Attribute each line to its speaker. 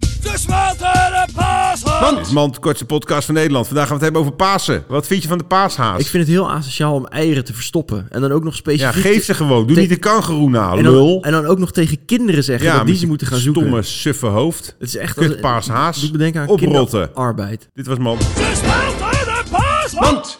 Speaker 1: de smeltere paashaas.
Speaker 2: Mand. Mand, kortste podcast van Nederland. Vandaag gaan we het hebben over Pasen. Wat vind je van de paashaas?
Speaker 3: Ik vind het heel asociaal om eieren te verstoppen. En dan ook nog
Speaker 2: ja,
Speaker 3: specifiek...
Speaker 2: geef ze gewoon. Doe
Speaker 3: Te-
Speaker 2: niet de kangeroe na,
Speaker 3: en
Speaker 2: lul.
Speaker 3: dan, en dan ook nog tegen kinderen zeggen
Speaker 2: ja,
Speaker 3: dat die
Speaker 2: met
Speaker 3: ze moeten gaan
Speaker 2: stomme,
Speaker 3: zoeken.
Speaker 2: suffe hoofd.
Speaker 3: Het is echt...
Speaker 2: Kut paashaas.
Speaker 3: Doet me denken aan
Speaker 2: Oprotten.
Speaker 3: kinderarbeid.
Speaker 2: Dit was man.
Speaker 1: De smeltere paashaas.